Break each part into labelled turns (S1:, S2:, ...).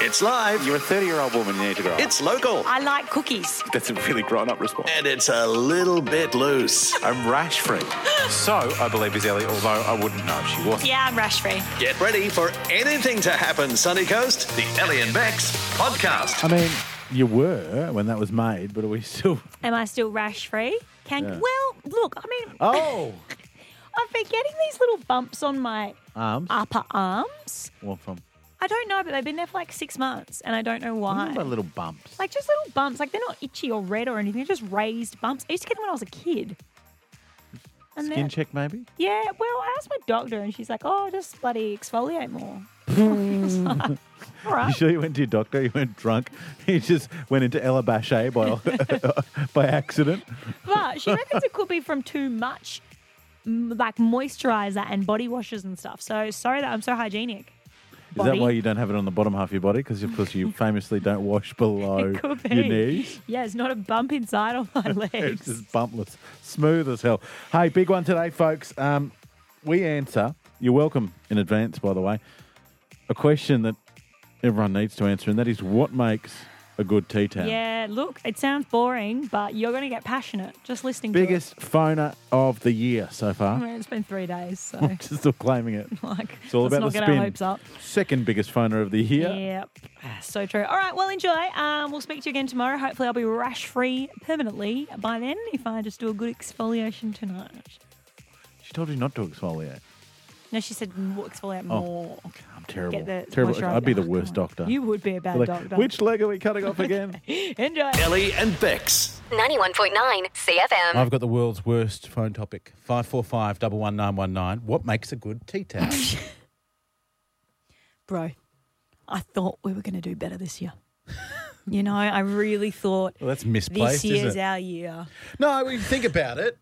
S1: It's live.
S2: You're a 30 year old woman, you need to grow up.
S1: It's local.
S3: I like cookies.
S2: That's a really grown up response.
S1: And it's a little bit loose.
S2: I'm rash free. So, I believe is Ellie, although I wouldn't know if she was.
S3: Yeah, I'm rash free.
S1: Get ready for anything to happen, Sunny Coast. The Ellie and Bex podcast.
S4: I mean, you were when that was made, but are we still?
S3: Am I still rash free? Can well, look. I mean,
S4: Oh,
S3: I've been getting these little bumps on my
S4: arms.
S3: upper arms.
S4: Well, from
S3: I don't know, but they've been there for like six months, and I don't know
S4: I
S3: why.
S4: remember little bumps.
S3: Like just little bumps. Like they're not itchy or red or anything. They're just raised bumps. I used to get them when I was a kid. And
S4: Skin
S3: they're-
S4: check, maybe.
S3: Yeah. Well, I asked my doctor, and she's like, "Oh, just bloody exfoliate more." All
S4: You
S3: right.
S4: sure you went to your doctor? You went drunk. You just went into Ella Bache by by accident.
S3: But she reckons it could be from too much, m- like moisturizer and body washes and stuff. So sorry that I'm so hygienic.
S4: Is that why you don't have it on the bottom half of your body? Because of course you famously don't wash below
S3: It could be.
S4: your knees.
S3: Yeah, it's not a bump inside on my
S4: It's
S3: legs.
S4: just bumpless, smooth as hell. Hey, big one today, folks. Um, we answer. You're welcome in advance, by the way. A question that everyone needs to answer, and that is, what makes a good tea towel?
S3: Yeah, look, it sounds boring, but you're going to get passionate just listening
S4: Biggest phoner of the year so
S3: to it. I
S4: far.
S3: mean, it's been three days, so
S4: Just still claiming it.
S3: like,
S4: It's all
S3: let's
S4: about
S3: not
S4: the
S3: get
S4: spin.
S3: our hopes up.
S4: Second biggest phoner of the year.
S3: Yep, so true. All right, well, enjoy. Um, we'll speak to you again tomorrow. Hopefully, I'll be rash free permanently by then if I just do a good exfoliation tonight.
S4: She told you not to exfoliate.
S3: No, she said "Mm, exfoliate
S4: Oh.
S3: more.
S4: I'm terrible.
S3: Get the
S4: terrible.
S3: moisturiser.
S4: I'd be the
S3: Oh,
S4: worst
S3: come on.
S4: doctor.
S3: You would be a bad
S4: Like,
S3: doctor.
S4: Which leg are we cutting off again?
S3: Enjoy.
S1: Ellie and Bex.
S5: 91.9 CFM.
S4: I've got the world's worst phone topic. 545 11919. What makes a good tea towel?
S3: Bro, I thought we were going to do better this year. you know, I really thought
S4: well, that's
S3: this
S4: misplaced,
S3: year's
S4: isn't it?
S3: our year.
S4: No, we think about it.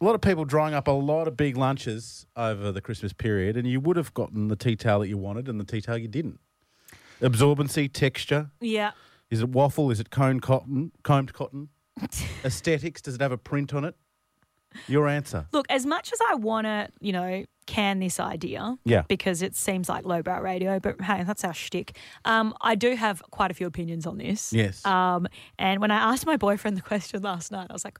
S4: A lot of people drawing up a lot of big lunches over the Christmas period, and you would have gotten the tea towel that you wanted and the tea towel you didn't. Absorbency, texture.
S3: Yeah.
S4: Is it waffle? Is it cone cotton? Combed cotton? Aesthetics? Does it have a print on it? Your answer.
S3: Look, as much as I want to, you know, can this idea,
S4: Yeah.
S3: because it seems like lowbrow radio, but hey, that's our shtick. Um, I do have quite a few opinions on this.
S4: Yes.
S3: Um, and when I asked my boyfriend the question last night, I was like,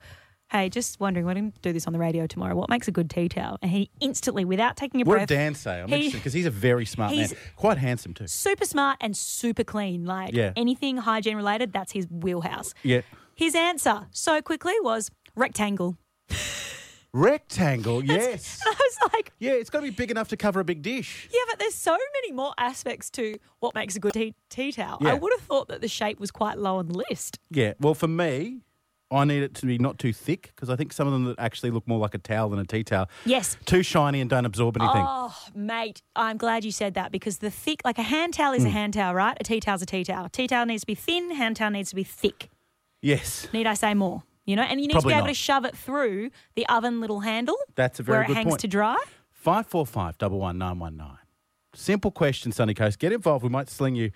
S3: "Hey, just wondering, we're going to do this on the radio tomorrow. What makes a good tea towel?" And he instantly, without taking a
S4: What
S3: breath,
S4: did Dan say? I'm
S3: He-
S4: interested because he's a very smart man.
S3: he's-
S4: Quite handsome, too.
S3: super smart and super clean. Like
S4: Yeah.
S3: anything hygiene related, that's his wheelhouse.
S4: Yeah.
S3: His answer so quickly was rectangle.
S4: Rectangle, yes.
S3: I was like,
S4: yeah, it's got to be big enough to cover a big dish.
S3: yeah, but there's so many more aspects to what makes a good tea, tea towel.
S4: Yeah.
S3: I would have thought that the shape was quite low on the list.
S4: Yeah, well, for me, I need it to be not too thick because I think some of them that actually look more like a towel than a tea towel.
S3: Yes.
S4: Too shiny and don't absorb anything.
S3: Oh, mate, I'm glad you said that because the thick, like a hand towel
S4: Hmm.
S3: is a hand towel, right? A tea towel's a tea towel. Tea towel needs to be thin, hand towel needs to be thick.
S4: Yes.
S3: Need I say more? You know, and you need
S4: Probably
S3: to be able
S4: not.
S3: to shove it through the oven little handle.
S4: That's a very
S3: where it
S4: good
S3: hangs
S4: point.
S3: to dry.
S4: 545 11919. Simple question, Sunny Coast. Get involved. We might sling you,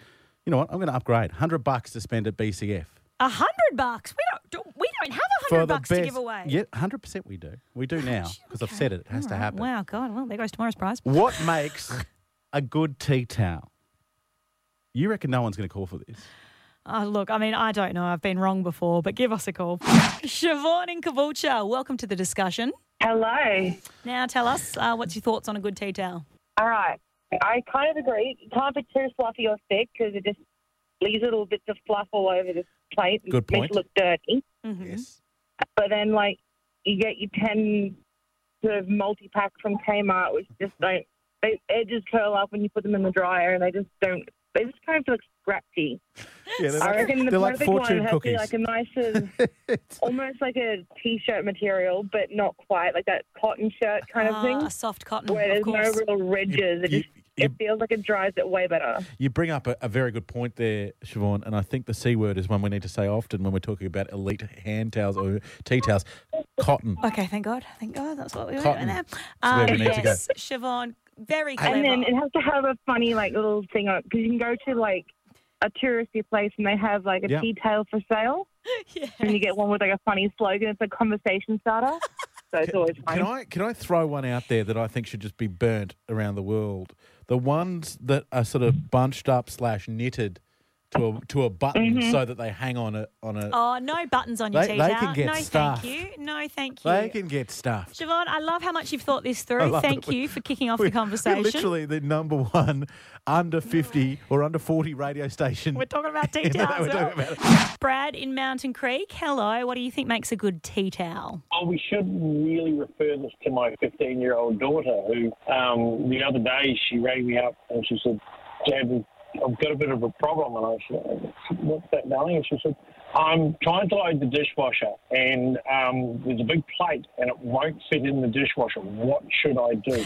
S4: you know what? I'm going to upgrade. 100 bucks to spend at BCF.
S3: A hundred bucks. We don't. do- We don't have a hundred bucks to give away.
S4: Yeah, 100% we do. We do now because I've said it. It has to
S3: Alright,
S4: happen.
S3: Wow, God. Well, there goes tomorrow's prize.
S4: What makes a good tea towel? You reckon no one's going to call for this?
S3: Oh, look, I mean, I don't know. I've been wrong before, but give us a call. Siobhan in Caboolture, welcome to the discussion.
S6: Hello.
S3: Now, tell us uh, what's your thoughts on a good tea towel?
S6: All right. I kind of agree. It can't be too fluffy or thick because it just leaves little bits of fluff all over the plate and
S4: Good
S6: makes
S4: point.
S6: it look dirty.
S3: Mhm.
S4: Yes.
S6: But then, like, you get your 10 sort of multi pack from Kmart, which just don't, they edges curl up when you put them in the dryer and they just don't, they just kind of look scratchy.
S4: Yeah, they're
S6: I
S4: like,
S6: reckon the
S4: they're like
S6: perfect one
S4: fortune
S6: has
S4: cookies.
S6: to be like a nice, sort of, almost like a t shirt material, but not quite, like that cotton shirt kind
S3: Ah,
S6: of thing.
S3: a soft cotton,
S6: where
S3: of
S6: there's
S3: course.
S6: no real ridges. It
S4: You-
S6: just
S4: you-
S6: it feels like it dries it way better.
S4: You bring up a, a very good point there, Siobhan, and I think the C word is one we need to say often when we're talking about elite hand towels or tea towels. Cotton.
S3: Okay, thank God. Thank God. That's what we went
S4: Cotton.
S3: in there. Uh,
S4: That's where we need to go.
S3: yes, Siobhan, very clever.
S6: And then it has to have a funny like little thing on because you can go to like a touristy place and they have like a
S4: Yeah.
S6: tea towel for sale,
S3: Yes.
S6: and you get one with like a funny slogan. It's a conversation starter, so it's always
S4: Can
S6: fun.
S4: I can I throw one out there that I think should just be burnt around the world? The ones that are sort of bunched up slash knitted to a to a button
S6: Mm-hmm.
S4: so that they hang on a on a.
S3: Oh, no buttons on your
S4: They-
S3: teeth
S4: they
S3: out.
S4: can get
S3: no,
S4: stuffed.
S3: thank you. No, thank you.
S4: They can get stuffed.
S3: Siobhan, I love how much you've thought this
S4: I
S3: through.
S4: love
S3: Thank
S4: that we-
S3: you for kicking off
S4: We're-
S3: the conversation.
S4: We're literally the number one under 50 or under 40 radio station.
S3: We're talking about tea
S4: in the-
S3: towels.
S4: we're
S3: now.
S4: talking about
S3: Brad in Mountain Creek, hello. What do you think makes a good tea towel?
S7: Oh, we should really refer this to my 15 year old daughter who, um, the other day, she rang me up and she said, Dad, I've got a bit of a problem. And I said, What's that, darling? And she said, I'm trying to load the dishwasher and um, there's a big plate and it won't fit in the dishwasher. What should I do?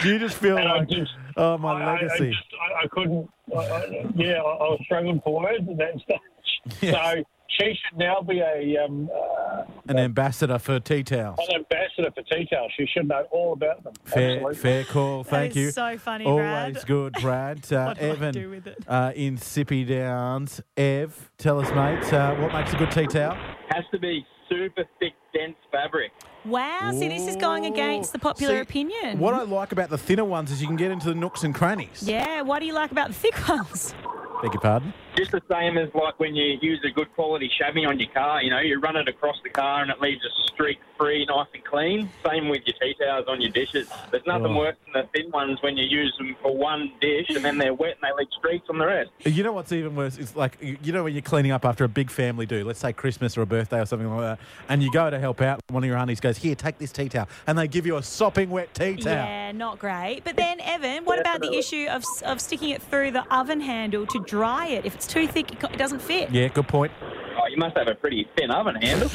S4: Do you just feel
S7: And I
S4: like,
S7: just-
S4: oh, my
S7: I, I- I,
S4: legacy?
S7: just, I, I couldn't. I, I, yeah, I, I was struggling for words at that stage. So she should now be a um, uh,
S4: An ambassador for tea towels.
S7: an ambassador for tea towels. She should know all about them.
S4: Fair,
S7: Absolutely.
S4: fair call. Thank
S3: is
S4: you.
S3: so funny,
S4: Always
S3: Brad.
S4: good, Brad. Uh,
S3: What do I
S4: Evan
S3: do with it?
S4: Uh, in Sippy Downs. Ev, tell us, mate, uh, what makes a good tea towel?
S8: Has to be super thick, dense fabric.
S3: Wow, Ah, see, this is going against the
S4: Ooh.
S3: popular
S4: See,
S3: opinion.
S4: What I like about the thinner ones is you can get into the nooks and crannies.
S3: yeah, what do you like about the thick ones?
S4: Beg your pardon?
S8: Just the same as like when you use a good quality chamois on your car. You know, you run it across the car and it leaves a streak free, nice and clean. Same with your tea towels on your dishes. There's nothing
S4: Oh.
S8: worse than the thin ones when you use them for one dish and then they're wet and they leave streaks on the rest.
S4: You know what's even worse? It's like you you know when you're cleaning up after a big family do, let's say Christmas or a birthday or something like that, and you go to help out. One of your aunties goes, "Here, take this tea towel," and they give you a sopping wet tea towel.
S3: Yeah, not great. But then, Evan, what about the issue of, of sticking it through the oven handle to dry it? If it's too thick, it co- it doesn't fit.
S4: Yeah, good point.
S8: Oh, you must have a pretty thin oven handle.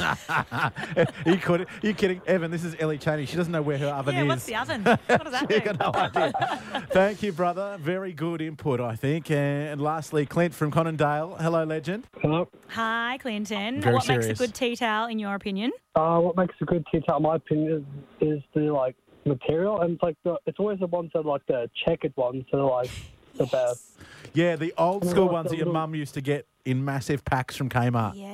S4: you could, are you kidding, Evan? This is Ellie Cheney. She doesn't know where her oven
S3: Yeah,
S4: is.
S3: what's the oven? What does that
S4: You
S3: mean?
S4: got no idea. Thank you, brother. Very good input, I think. And lastly, Clint from Conondale. Hello, legend.
S3: Hi, Clinton.
S4: Very
S3: what makes
S4: serious.
S3: a good tea towel, in your opinion?
S9: Uh, what makes a good tea towel, in my opinion, is, is the like material, and it's like the, it's always the ones that are, like the checkered ones that are like the best.
S4: Yeah, the old
S9: Oh,
S4: school
S9: like
S4: ones
S9: the
S4: that your
S9: little-
S4: mum used to get in massive packs from Kmart.
S3: Yeah.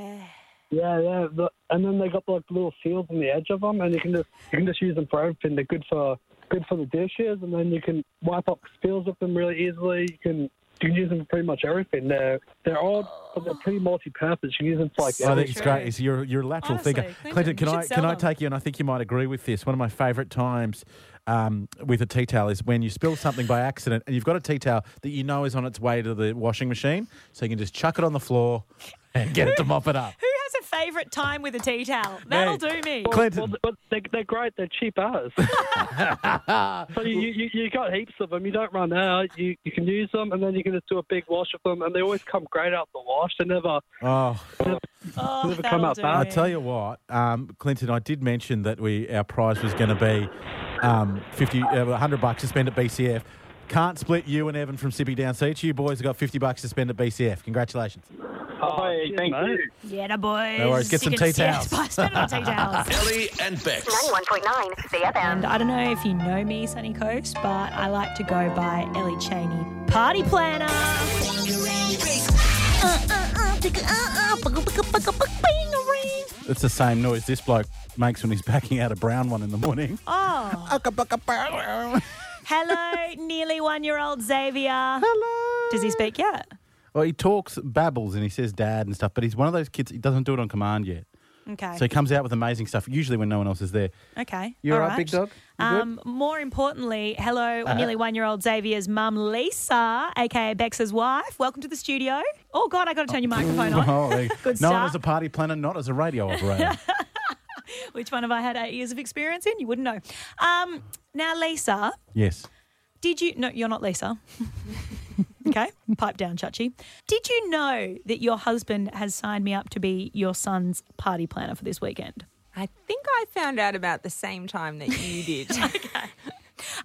S9: Yeah, yeah, the, and then they got like little seals on the edge of them, and you can just you can just use them for everything. They're good for good for the dishes, and then you can wipe up spills with them really easily. You can you can use them for pretty much everything. They're they're all but they're pretty multi-purpose. You can use them for like
S4: I
S9: everything.
S4: think it's great. It's your your lateral
S3: Honestly,
S4: thinker.
S3: Clinton,
S4: Clinton, can
S3: you
S4: I
S3: should
S4: can
S3: sell
S4: I
S3: them.
S4: take you? And I think you might agree with this. One of my favourite times um, with a tea towel is when you spill something by accident, and you've got a tea towel that you know is on its way to the washing machine, so you can just chuck it on the floor and get it to mop it up.
S3: Who has a favourite time with a tea towel? That'll
S4: Hey.
S3: do me.
S9: Well,
S4: Clinton,
S9: but they, they're great. They're cheap as. so you, you, you got heaps of them. You don't run out. You, you can use them, and then you can just do a big wash of them, and they always come great out the wash. They never.
S4: oh,
S3: Oh,
S9: Whoever
S3: that'll
S9: come up
S3: do
S9: bad.
S4: I
S3: me.
S4: tell you what, um, Clinton, I did mention that we our prize was going to be um, fifty, uh, hundred bucks to spend at BCF. Can't split you and Evan from Sippy Down. So each of you boys have got fifty bucks to spend at BCF. Congratulations.
S8: oh, hey,
S9: cheers,
S8: thank
S9: mate.
S8: you.
S3: Yeah, the boys.
S4: No worries, get
S3: You
S4: some
S3: can
S4: tea
S3: see it.
S4: towels.
S3: Spend it on tea towels.
S1: Ellie and Bex.
S5: 91.9
S3: And
S5: CFM.
S3: I don't know if you know me, Sunny Coast, but I like to go by Ellie Cheney, party planner. ah,
S4: It's the same noise this bloke makes when he's backing out a brown one in the morning.
S3: Oh, hello, nearly one-year-old Xavier.
S4: Hello.
S3: Does he speak yet?
S4: Well, he talks, babbles, and he says dad and stuff, but he's one of those kids, he doesn't do it on command yet.
S3: Okay.
S4: So he comes out with amazing stuff, usually when no one else is there.
S3: okay.
S4: You all right, big dog? You good? Uh-huh.
S3: Um, more importantly, hello, nearly one-year-old Xavier's mum, Lisa, aka Bex's wife. Welcome to the studio. Oh God, I got to turn your microphone on.
S4: Oh, there you-
S3: Good
S4: no one
S3: start.
S4: as a party planner, not as a radio operator.
S3: Which one have I had eight years of experience in? You wouldn't know. Um, now, Lisa,
S4: yes.
S3: Did you? No, you're not Lisa. okay, pipe down, Chachi. Did you know that your husband has signed me up to be your son's party planner for this weekend?
S10: I think I found out about the same time that you did.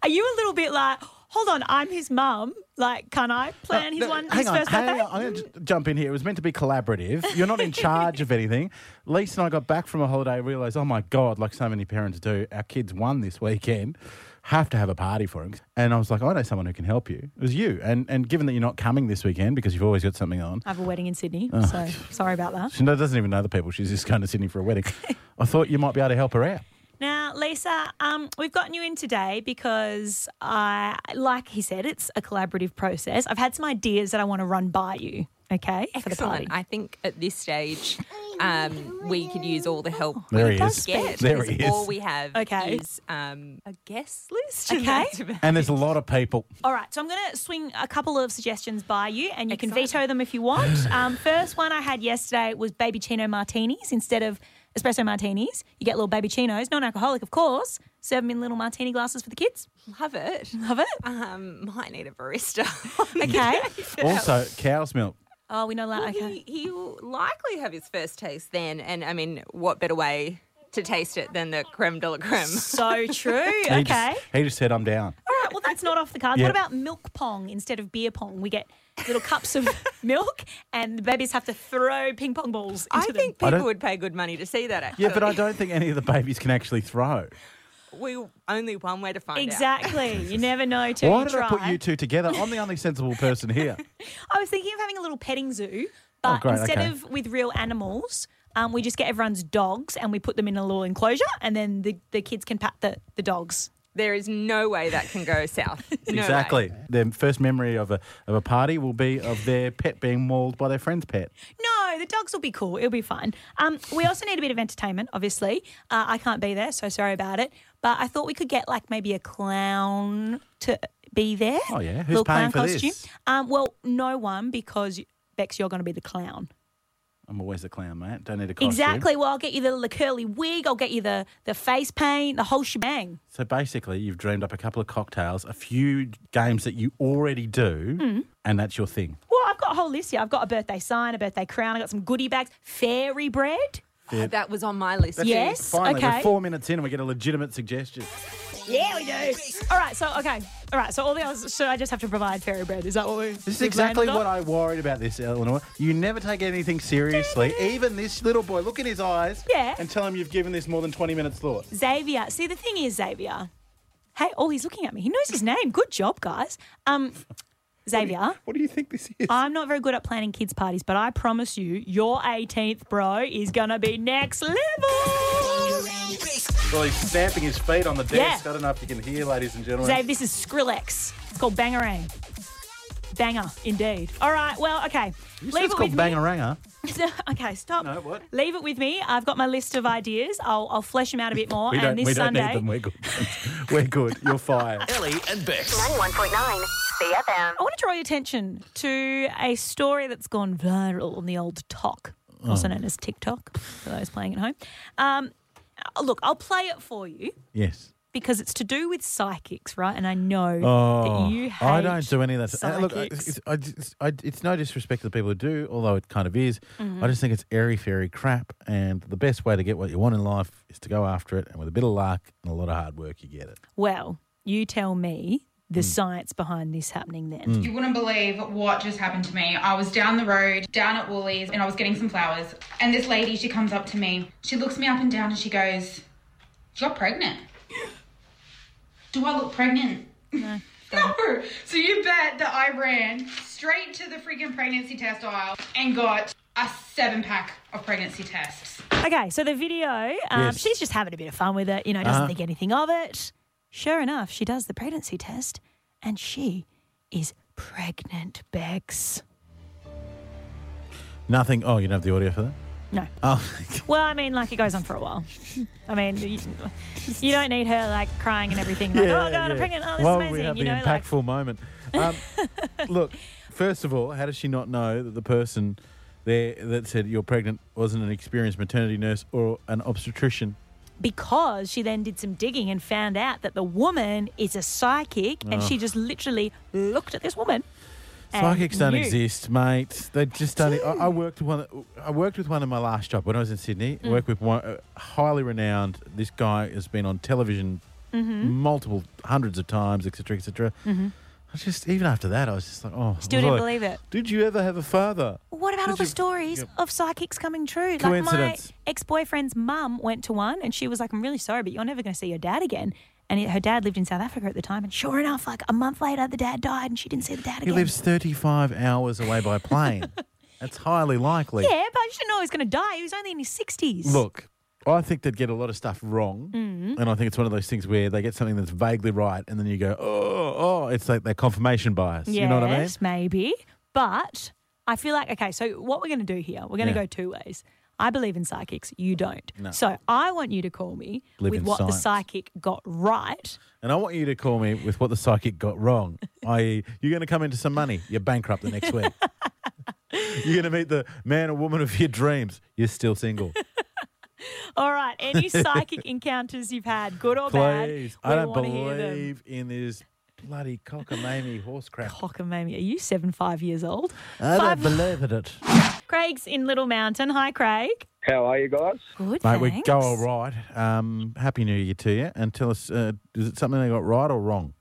S3: Are you a little bit like, hold on, I'm his mum. Like, can I plan his
S4: Uh, No,
S3: one?
S4: hang
S3: his
S4: on,
S3: first
S4: hang
S3: birthday?
S4: on. I'm going to jump in here. It was meant to be collaborative. You're not in charge of anything. Lisa and I got back from a holiday, realised, oh my God, like so many parents do, our kids won this weekend. Have to have a party for him. And I was like, I know someone who can help you. It was you. And and given that you're not coming this weekend because you've always got something on,
S3: I have a wedding in Sydney,
S4: Ah.
S3: so sorry about that.
S4: she no- doesn't even know the people. She's just going to Sydney for a wedding. I thought you might be able to help her out.
S3: Now, Lisa, um, we've gotten you in today because, I, like he said, it's a collaborative process. I've had some ideas that I want to run by you. Okay, for the party.
S10: Excellent. I think at this stage, um, we could use all the help
S4: There
S10: we
S4: he
S10: can
S4: is.
S10: get.
S4: There
S10: because
S4: he is.
S10: All we have
S3: Okay.
S10: is um, a guest list.
S3: Okay.
S4: And there's a lot of people.
S3: All right, so I'm going to swing a couple of suggestions by you, and you can veto them if you want. Um, first one I had yesterday was baby chino martinis instead of espresso martinis. You get little baby chinos, non-alcoholic, of course. Serve them in little martini glasses for the kids.
S10: Love it.
S3: Love it.
S10: Um, might need a barista.
S3: Okay.
S4: Also, cow's milk.
S3: Oh, we know that. Okay.
S10: He, he will likely have his first taste then. And I mean, what better way to taste it than the creme de la creme?
S3: So true.
S4: He
S3: Okay.
S4: Just, he just said, I'm down.
S3: All right, well, that's not off the cards.
S4: Yeah.
S3: What about milk pong instead of beer pong? We get little cups of milk, and the babies have to throw ping pong balls
S10: I
S3: into them.
S10: think
S4: I
S10: people
S4: don't-
S10: would pay good money to see that actually.
S4: Yeah, but I don't think any of the babies can actually throw.
S10: We only one way to find out.
S3: Exactly. You never know till
S4: Why
S3: you
S4: did
S3: try.
S4: I put you two together? I'm the only sensible person here.
S3: I was thinking of having a little petting zoo, but
S4: Oh, great,
S3: instead
S4: okay.
S3: of with real animals, um, we just get everyone's dogs and we put them in a little enclosure, and then the, the kids can pat the, the dogs.
S10: There is no way that can go south. No way.
S4: exactly. Their first memory of a, of a party will be of their pet being mauled by their friend's pet.
S3: No, the dogs will be cool. It'll be fine. Um, we also need a bit of entertainment, obviously. Uh, I can't be there, so sorry about it. But I thought we could get like maybe a clown to be there.
S4: Oh, yeah. Who's
S3: little
S4: paying
S3: clown
S4: for this?
S3: costume. Um, well, no one because Bex, you're going to be the clown.
S4: I'm always the clown, mate. Don't need a costume.
S3: Exactly. Well, I'll get you the, the curly wig. I'll get you the the face paint, the whole shebang.
S4: So basically, you've dreamed up a couple of cocktails, a few games that you already do,
S3: Mm.
S4: and that's your thing.
S3: Well, I've got a whole list here. I've got a birthday sign, a birthday crown. I got some goodie bags, fairy bread.
S10: Oh, that was on my list.
S3: yes.
S4: Finally,
S3: okay.
S4: we're four minutes in and we get a legitimate suggestion.
S3: Yeah, we do. All right, so okay, all right, so all the others. So I just have to provide fairy bread. Is that what we?
S4: This is exactly what I worried about this, Eleanor. You never take anything seriously. Even this little boy, look in his eyes
S3: Yeah.
S4: and tell him you've given this more than 20 minutes thought.
S3: Xavier. See, the thing is, Xavier. Hey, oh, he's looking at me. He knows his name. Good job, guys. Um, Xavier.
S4: What do you think this is?
S3: I'm not very good at planning kids' parties, but I promise you, your 18th bro is gonna be next level.
S4: Well, he's stamping his feet on the desk.
S3: Yeah.
S4: I don't know if you can hear, ladies and gentlemen.
S3: Dave, this is Skrillex. It's called Bangarang. Banger, indeed. All right, well, okay.
S4: You said it's called
S3: with
S4: Bangaranga.
S3: me. okay, stop.
S4: No, what?
S3: Leave it with me. I've got my list of ideas. I'll, I'll flesh them out a bit more.
S4: We
S3: and
S4: don't,
S3: this
S4: we don't
S3: Sunday.
S4: need them. We're good. we're good. You're fired.
S1: Ellie and Bex.
S5: 91.9 CFM.
S3: I want to draw your attention to a story that's gone viral on the old TOC,
S4: Oh.
S3: also known as TikTok, for those playing at home. Um, uh, look, I'll play it for you
S4: Yes.
S3: because it's to do with psychics, right? And I know
S4: Oh,
S3: that you hate
S4: I don't do any of that. Uh, Look, I-
S3: psychics.
S4: it's, I just- I- it's no disrespect to the people who do, although it kind of is.
S3: Mm-hmm.
S4: I just think it's airy fairy crap, and the best way to get what you want in life is to go after it, and with a bit of luck and a lot of hard work, you get it.
S3: Well, you tell me the
S4: Hmm.
S3: science behind this happening then.
S11: You wouldn't believe what just happened to me. I was down the road, down at Woolies, and I was getting some flowers. And this lady, she comes up to me. She looks me up and down and she goes, You're pregnant. Do I look pregnant? No. So you bet that I ran straight to the freaking pregnancy test aisle and got a seven pack of pregnancy tests.
S3: Okay, so the video, um,
S4: Hmm. Yes. Uh-huh.
S3: she's just having a bit of fun with it, you know, doesn't think anything of it. Sure enough, she does the pregnancy test and she is pregnant, Bex.
S4: Nothing. Oh, you don't have the audio for that?
S3: No.
S4: Oh,
S3: Well, I mean, like it goes on for a while. I mean, you, you don't need her like crying and everything. Like, oh, God, I'm pregnant. Oh, this
S4: Well,
S3: is amazing.
S4: we have
S3: you
S4: the
S3: know, like,
S4: impactful moment. Um, look, first of all, how does she not know that the person there that said you're pregnant wasn't an experienced maternity nurse or an obstetrician?
S3: because she then did some digging and found out that the woman is a psychic and she just literally looked at this woman. and
S4: Psychics don't
S3: knew.
S4: exist, mate. They just don't. e- I, I worked with one. I worked with one in my last job when I was in Sydney. I
S3: Mm.
S4: worked with one uh, highly renowned. This guy has been on television
S3: Mm-hmm.
S4: multiple hundreds of times, etc., etc. I just even after that, I was just like, oh,
S3: Still
S4: I was
S3: didn't
S4: like,
S3: believe it.
S4: Did you ever have a father?
S3: What about
S4: Did
S3: all the
S4: you-
S3: stories
S4: Yep.
S3: of psychics coming true? Like my
S4: Coincidence.
S3: ex-boyfriend's mum went to one, and she was like, "I'm really sorry, but you're never going to see your dad again." And it, her dad lived in South Africa at the time, and sure enough, like a month later, the dad died, and she didn't see the dad
S4: He
S3: again.
S4: lives 35 hours away by plane. That's highly likely.
S3: yeah, but you should know he was going to die. He was only in his sixties.
S4: Look, I think they'd get a lot of stuff wrong.
S3: Mhm.
S4: And I think it's one of those things where they get something that's vaguely right and then you go, oh, oh, it's like their confirmation bias. You know what I mean?
S3: Yes, maybe. But I feel like, okay, so what we're going to do here, we're going to
S4: Yeah.
S3: go two ways. I believe in psychics. You don't.
S4: No.
S3: So I want you to call me
S4: Believe
S3: with
S4: in
S3: what the
S4: science.
S3: psychic got right.
S4: And I want you to call me with what the psychic got wrong, i.e., you're going to come into some money, you're bankrupt the next week. you're going to meet the man or woman of your dreams, you're still single.
S3: All right. Any psychic encounters you've had, good or
S4: Please. I
S3: bad, we
S4: don't
S3: want to hear them.
S4: believe in this bloody cockamamie horse crap.
S3: Cockamamie. Are you seven, five years old?
S4: I
S3: Five-
S4: don't believe in it.
S3: Craig's in Little Mountain. Hi, Craig.
S12: How are you guys?
S3: Good.
S4: Mate, we go all right. Um, happy New Year to you. And tell us, uh, is it something they got right or wrong?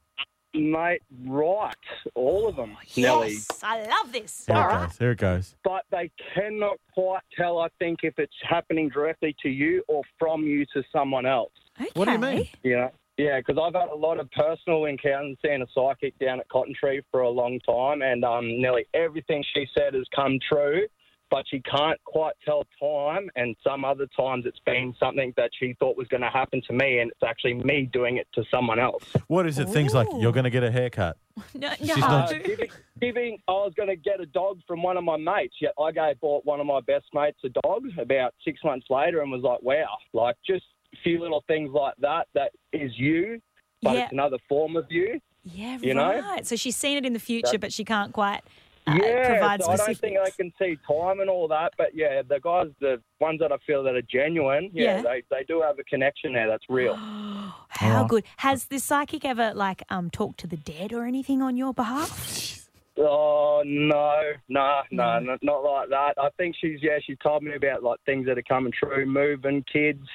S12: Mate, right. All of them, Nelly.
S3: Oh, Yes, I love this.
S4: Here
S12: All
S4: it
S12: right.
S4: goes. Here it goes.
S12: But they cannot quite tell, I think, if it's happening directly to you or from you to someone else.
S4: What do you mean?
S12: You know? Yeah, because I've had a lot of personal encounters seeing a psychic down at Cotton Tree for a long time, and um, nearly everything she said has come true, but she can't quite tell time. And some other times it's been something that she thought was going to happen to me, and it's actually me doing it to someone else.
S4: What is it? Things like you're going to get a haircut.
S3: No,
S4: She's not-
S12: Uh, giving, giving, I was going to get a dog from one of my mates. Yet I gave bought one of my best mates a dog about six months later, and was like, "Wow!" Like just a few little things like that. That is you, but
S3: Yeah.
S12: it's another form of you.
S3: Yeah,
S12: You know?
S3: right. So she's seen it in the future,
S12: That-
S3: but she can't quite uh,
S12: yeah,
S3: provide
S12: so I don't
S3: specific.
S12: think I can see time and all that, but yeah, the guys, the ones that I feel that are genuine, yeah,
S3: Yeah.
S12: They, they do have a connection there that's real.
S3: How
S4: Oh.
S3: good has this psychic ever like um talked to the dead or anything on your behalf?
S12: Oh no, no, no, no, not like that. I think she's yeah. She told me about like things that are coming true, moving kids.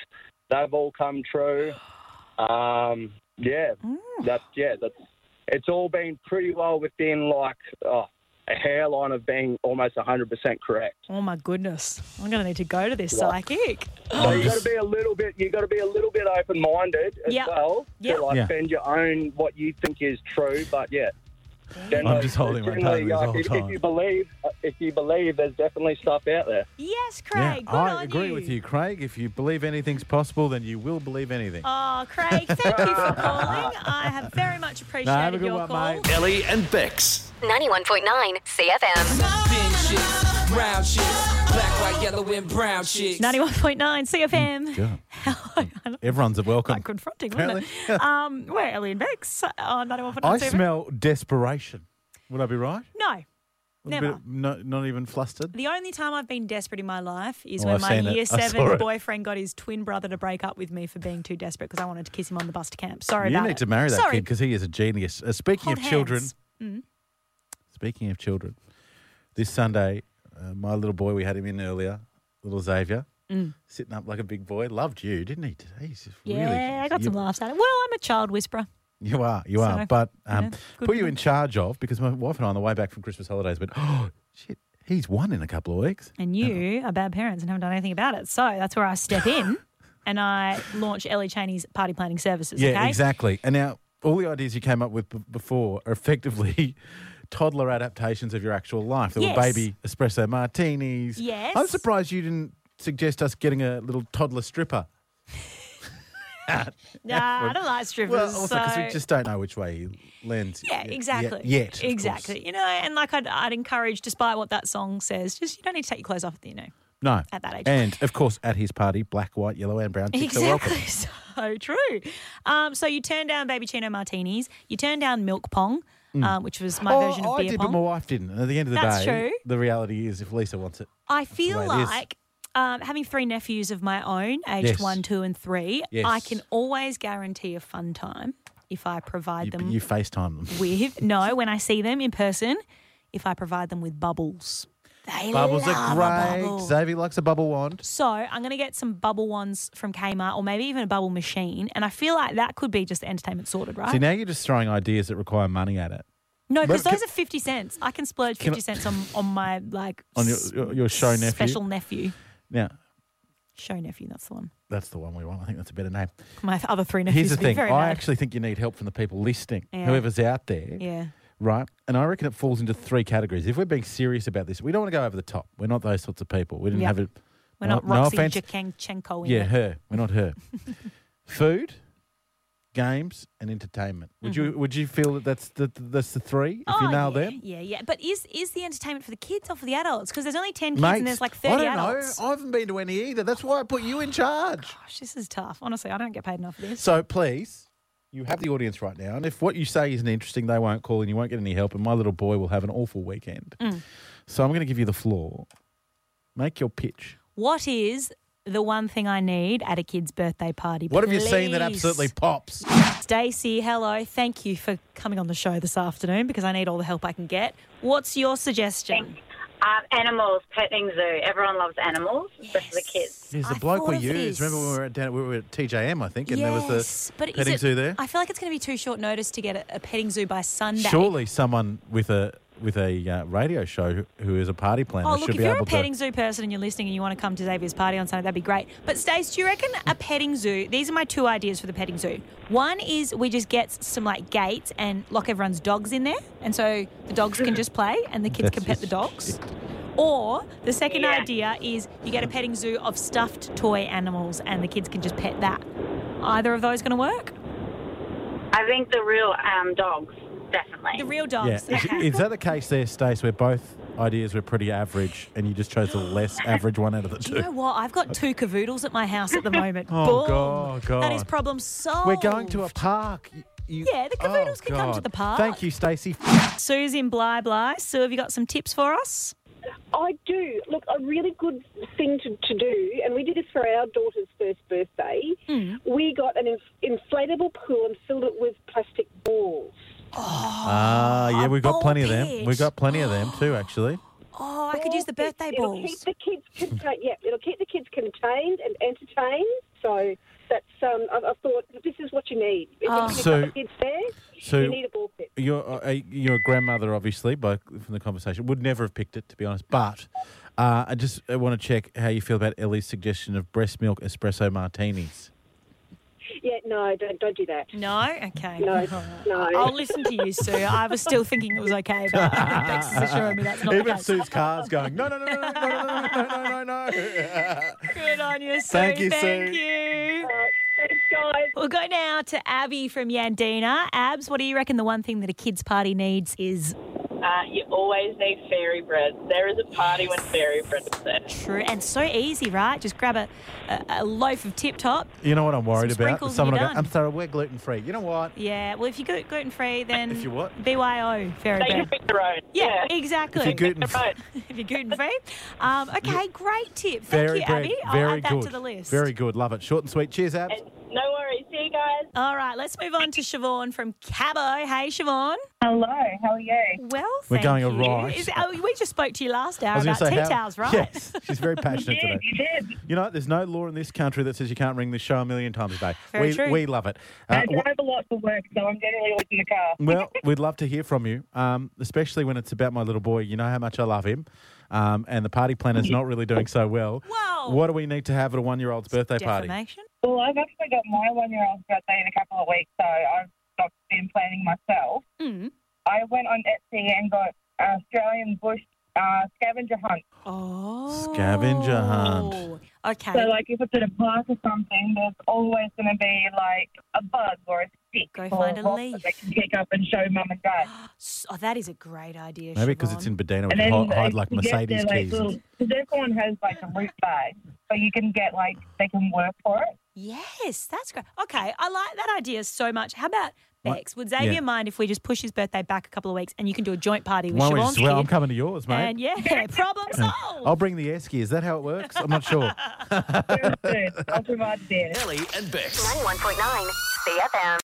S12: They've all come true. Um, yeah,
S3: Mm.
S12: that's yeah. That's it's all been pretty well within like oh, a hairline of being almost hundred percent correct.
S3: Oh my goodness! I'm gonna need to go to this
S12: Yeah.
S3: psychic.
S12: So you got to be a little bit. You got to be a little bit open minded as
S3: Yep.
S12: well
S3: Yep.
S12: to like
S4: Yeah.
S12: bend your own what you think is true. But yeah, uh,
S4: I'm just holding my
S12: generally,
S4: tongue this
S12: uh,
S4: whole
S12: if,
S4: time.
S12: if you believe, uh, if you believe, there's definitely stuff out there.
S3: Yes, Craig. good
S4: I
S3: on
S4: agree
S3: you.
S4: with you, Craig. If you believe anything's possible, then you will believe anything.
S3: Oh, Craig, thank you for calling. I have very much appreciated
S4: have a good
S3: your
S4: one,
S3: call.
S4: mate.
S1: Ellie and Bex.
S5: 91.9 CFM.
S13: Thin shits, brown shits, black, white, yellow, and brown shits.
S3: 91.9
S4: Mm,
S3: CFM.
S4: Everyone's welcome. Quite
S3: confronting, wasn't it? um, we're Ellie and Bex Uh, oh, on 91.9
S4: I
S3: CFM.
S4: smell desperation. Would I be right?
S3: No,
S4: A bit
S3: never.
S4: of- no- not even flustered.
S3: The only time I've been desperate in my life is
S4: Oh,
S3: when
S4: I've
S3: my
S4: seen it.
S3: year
S4: I saw
S3: seven
S4: it.
S3: boyfriend got his twin brother to break up with me for being too desperate because I wanted to kiss him on the bus to camp. Sorry
S4: you
S3: about
S4: need
S3: it.
S4: to marry that
S3: Sorry.
S4: kid because he is a genius. Uh, speaking
S3: Hold
S4: of children,
S3: hands. Mm.
S4: speaking of children, this Sunday, uh, my little boy, we had him in earlier, little Xavier,
S3: Mm.
S4: sitting up like a big boy. Loved you, didn't he? Today, he's just
S3: Yeah,
S4: really.
S3: I got
S4: you,
S3: some laughs at it. Well, I'm a child whisperer.
S4: You are, you are.
S3: So,
S4: but
S3: you
S4: um,
S3: know, good
S4: put you
S3: one.
S4: in charge of because my wife and I on the way back from Christmas holidays went, oh shit, he's one in a couple of weeks.
S3: And you are bad parents and haven't done anything about it. So that's where I step in and I launch Ellie Cheney's party planning services.
S4: yeah,
S3: okay?
S4: exactly. And now all the ideas you came up with b- before are effectively toddler adaptations of your actual life. There were
S3: Yes.
S4: baby espresso martinis.
S3: Yes.
S4: I'm surprised you didn't suggest us getting a little toddler stripper.
S3: Nah, I don't like strippers.
S4: Well, also because we
S3: so-
S4: just don't know which way you lends.
S3: Yeah, exactly.
S4: Yet. of course.
S3: exactly. You know, and like I'd, I'd encourage, despite what that song says, just you don't need to take your clothes off. You know,
S4: No.
S3: At that age.
S4: And of course, at his party, black, white, yellow, and brown chicks are welcome.
S3: Exactly. So true. Um, so you turn down baby chino martinis. You turn down milk pong,
S4: Mm.
S3: um, which was my
S4: Oh,
S3: version of
S4: I
S3: beer
S4: did,
S3: pong.
S4: but my wife didn't. And at the end of the
S3: That's
S4: day,
S3: true.
S4: the reality is, if Lisa wants it,
S3: I
S4: the
S3: feel
S4: way it is.
S3: like um, having three nephews of my own, aged
S4: Yes.
S3: one, two, and three,
S4: Yes.
S3: I can always guarantee a fun time if I provide
S4: you,
S3: them
S4: you FaceTime them.
S3: with no when I see them in person, if I provide them with bubbles. They
S4: Bubbles
S3: love
S4: are
S3: a
S4: great.
S3: bubble.
S4: Xavier likes a bubble wand.
S3: So I'm going to get some bubble ones from Kmart or maybe even a bubble machine. And I feel like that could be just the entertainment sorted, right?
S4: See, now you're just throwing ideas that require money at it.
S3: no, because
S4: Let-
S3: those are 50 cents. I can splurge
S4: Can I-
S3: 50 cents on, on my like
S4: On your- your- your show
S3: s-
S4: nephew?
S3: Special nephew.
S4: Now,
S3: Show nephew, that's the one.
S4: that's the one we want. I think that's a better name.
S3: My other three
S4: Here's
S3: nephews
S4: the
S3: would be
S4: thing.
S3: very
S4: I
S3: mad.
S4: actually think you need help from the people listening,
S3: Yeah.
S4: whoever's out there.
S3: Yeah.
S4: Right. And I reckon it falls into three categories. If we're being serious about this, we don't want to go over the top. We're not those sorts of people. We didn't
S3: Yeah.
S4: have a
S3: We're
S4: No-
S3: not
S4: no
S3: Roxy
S4: offense.
S3: Jakenchenko.
S4: Yeah, her. We're not her. Food, games, and entertainment. Would you Would you feel that that's the that's the three? If you nail
S3: Mm-hmm. Oh, yeah,
S4: them,
S3: yeah, yeah. But is is the entertainment for the kids or for the adults? Because there's only ten kids
S4: Mates,
S3: and there's like
S4: I
S3: thirty
S4: don't know.
S3: adults.
S4: I haven't been to any either. That's why I put you in charge.
S3: Gosh, this is tough. Honestly, I don't get paid enough for this.
S4: So please, you have the audience right now, and if what you say isn't interesting, they won't call and you won't get any help, and my little boy will have an awful weekend.
S3: Mm.
S4: So I'm going to give you the floor. Make your pitch.
S3: What is the one thing I need at a kid's birthday party?
S4: What have you seen that
S3: Please.
S4: absolutely pops?
S3: Stacey, hello. Thank you for coming on the show this afternoon because I need all the help I can get. What's your suggestion?
S14: Um, animals, petting zoo. Everyone loves animals, especially kids.
S4: There's a bloke we
S3: of
S4: used. Remember when we were at, down, we were at TJM, I think, and there was
S3: Yes,
S4: the
S3: is
S4: petting
S3: it-
S4: zoo there.
S3: I feel like it's going to be too short notice to get a, a petting zoo by Sunday.
S4: Surely someone with a with a uh, radio show who- who is a party planner
S3: Oh, look,
S4: should
S3: if
S4: be
S3: you're
S4: able
S3: a petting
S4: to.
S3: zoo person and you're listening and you want to come to Xavier's party on Sunday, that'd be great. But, Stace, do you reckon a petting zoo? These are my two ideas for the petting zoo. One is we just get some like gates and lock everyone's dogs in there. And so the dogs can just play and the kids can pet the dogs. Or the second idea is you get a petting zoo of stuffed toy animals and the kids can just pet that. Either of those going to work?
S14: I think the real um, dogs, definitely.
S3: The real dogs.
S4: Yeah, is, is that the case there, Stace? Where both ideas were pretty average, and you just chose the less average one out of the
S3: Do you
S4: two.
S3: know what? I've got two cavoodles at my house at the moment.
S4: Oh,
S3: Boom.
S4: God, God.
S3: That is problem solved.
S4: We're going to a park. You- you-
S3: Yeah, the cavoodles
S4: Oh,
S3: can come to
S4: God.
S3: the park.
S4: Thank you, Stacey.
S3: Sue's in Bly Bly. Sue, have you got some tips for us?
S15: I do. Look, a really good thing to, to do, and we did this for our daughter's first birthday. We got an inf- inflatable pool and filled it with plastic balls.
S4: Ah, yeah, we've got plenty of them. We've got plenty of them too, actually.
S3: Oh, I could use the birthday
S15: it'll
S3: balls.
S15: Keep the kids contained. yeah, it'll keep the kids contained and entertained. So that's um, I, I thought this is what you need. If
S4: Ah.
S15: you've got
S4: So-
S15: the kids there,
S4: so-
S15: you need a ball pit.
S4: Your uh, your grandmother, obviously, by from the conversation, would never have picked it to be honest. But uh, I just want to check how you feel about Ellie's suggestion of breast milk espresso martinis.
S15: Yeah, no, don't don't do that.
S3: No, okay.
S15: No, no.
S3: I'll listen to you, Sue. I was still thinking it was okay, but thanks for assuring me that's not
S4: Even
S3: the case.
S4: Sue's car's going. No, no, no, no, no, no, no, no, no, no, no.
S3: Good on you, Sue.
S4: Thank you,
S3: Thank
S4: Sue.
S3: you. Thanks, guys. We'll go now to Abby from Yandina. Abs, what do you reckon the one thing that a kids' party needs is?
S16: Uh, you always need fairy bread. There is a party when fairy bread is there.
S3: True, and so easy, right? Just grab a, a, a loaf of tip top.
S4: You know what I'm worried
S3: Some
S4: about?
S3: sprinkles and
S4: Someone will
S3: you're
S4: go,
S3: done.
S4: I'm sorry, we're gluten free. You know what?
S3: Yeah, well, if you go gluten free, then
S4: If you what?
S3: BYO fairy
S4: They
S3: bread.
S4: can
S3: Yeah,
S4: Yeah.
S3: exactly.
S4: If you're gluten- Pick the road.
S3: if you're gluten free. Um, okay, great tip. Thank
S4: Very
S3: you,
S4: bread.
S3: Abby. I'll
S4: Very
S3: add that
S4: good.
S3: to the list.
S4: Very good. Love it. Short and sweet. Cheers, Abs.
S3: No worries. See you guys. All right, let's move on to Siobhan from Cabo. Hey, Siobhan.
S6: Hello, how are you?
S3: Well,
S4: We're
S3: thank
S4: going
S3: you.
S4: alright.
S3: Is- oh, we just spoke to you last hour
S4: gonna
S3: about uh, tea
S4: how-
S3: towels, right?
S4: Yes, she's very passionate today.
S6: did.
S4: You know, there's no law in this country that says you can't ring this show a million times a day.
S6: Very
S4: we,
S6: true.
S4: we love it.
S6: I
S4: Uh,
S6: drive a lot for work, so I'm generally always in the car.
S4: wh- well, we'd love to hear from you, um, especially when it's about my little boy. You know how much I love him, um, and the party planner's not really doing so well.
S6: Whoa.
S4: What do we need to have at a one year old's birthday party?
S6: Well, I've actually got my one-year-old's birthday in a couple of weeks, so I've stopped been planning myself.
S3: Mm.
S6: I went on Etsy and got an Australian bush uh, scavenger hunt.
S3: Oh.
S4: Scavenger hunt.
S3: Okay.
S6: So, uh, like, if it's at a park or something, there's always going to be, like, a bug or a stick. Go
S3: find a
S6: That they can pick up and show mum and dad.
S3: Oh, that is a great idea.
S4: Maybe because it's in Bedina, we
S6: And
S4: can
S6: then
S4: hi- hide
S6: they-
S4: like
S6: you get
S4: Mercedes
S6: their, like,
S4: keys.
S6: little- 'cause everyone has, like, a root bag, but you can get, like, they can work for it.
S3: Yes, that's great. Okay, I like that idea so much. How about
S4: What?
S3: Bex? Would Xavier
S4: Yeah.
S3: mind if we just push his birthday back a couple of weeks and you can do a joint party with
S4: Why don't we
S3: Siobhan's
S4: just- well, I'm
S3: kid?
S4: coming to yours, mate.
S3: And yeah, problem
S4: Yeah.
S3: solved.
S4: I'll bring the esky. Is that how it works? I'm not sure.
S6: I'll provide the
S5: Ellie and Bex. 91.9 CFM.